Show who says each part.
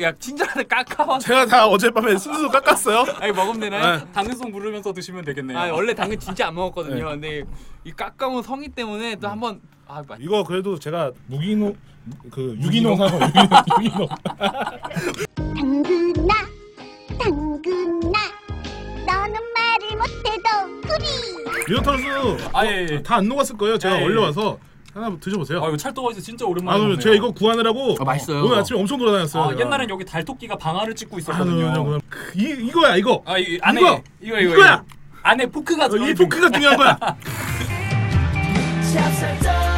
Speaker 1: 야 친절하게 깎아와.
Speaker 2: 제가 다 어젯밤에 순수 깎았어요.
Speaker 1: 아니 먹으면 되나요?
Speaker 2: 네.
Speaker 3: 당근송 물으면서 드시면 되겠네요.
Speaker 1: 아 원래 당근 진짜 안 먹었거든요.
Speaker 2: 네.
Speaker 1: 근데 이 깎아온 성의 때문에 또 한번 아 맞.
Speaker 2: 이거 그래도 제가 무기농 그 유기농 사고 유기농, 유기농.
Speaker 4: 당근아 당근아 너는 말을 못해도 구리
Speaker 2: 리오타수
Speaker 3: 아, 예, 예.
Speaker 2: 다 안 녹았을 거예요. 제가
Speaker 3: 아, 예,
Speaker 2: 얼려와서 하나 드셔보세요.
Speaker 3: 아 이거 찰떡화에서 진짜
Speaker 2: 아,
Speaker 3: 오랜만에
Speaker 2: 그럼
Speaker 3: 먹네요.
Speaker 2: 제가 이거 구하느라고
Speaker 5: 아, 맛있어요.
Speaker 2: 오늘 아침에 엄청 돌아다녔어요.
Speaker 3: 아,
Speaker 2: 제가.
Speaker 3: 옛날엔 여기 달토끼가 방아를 찍고
Speaker 2: 아, 그럼요,
Speaker 3: 있었거든요.
Speaker 2: 그럼 그, 이 이거야 이거.
Speaker 3: 아, 이 안에
Speaker 2: 이거!
Speaker 3: 이거 이거 이거.
Speaker 2: 이거야!
Speaker 3: 안에 포크가
Speaker 2: 어,
Speaker 3: 들어.
Speaker 2: 이 포크가 중요한 거야.
Speaker 6: 찹쌀떡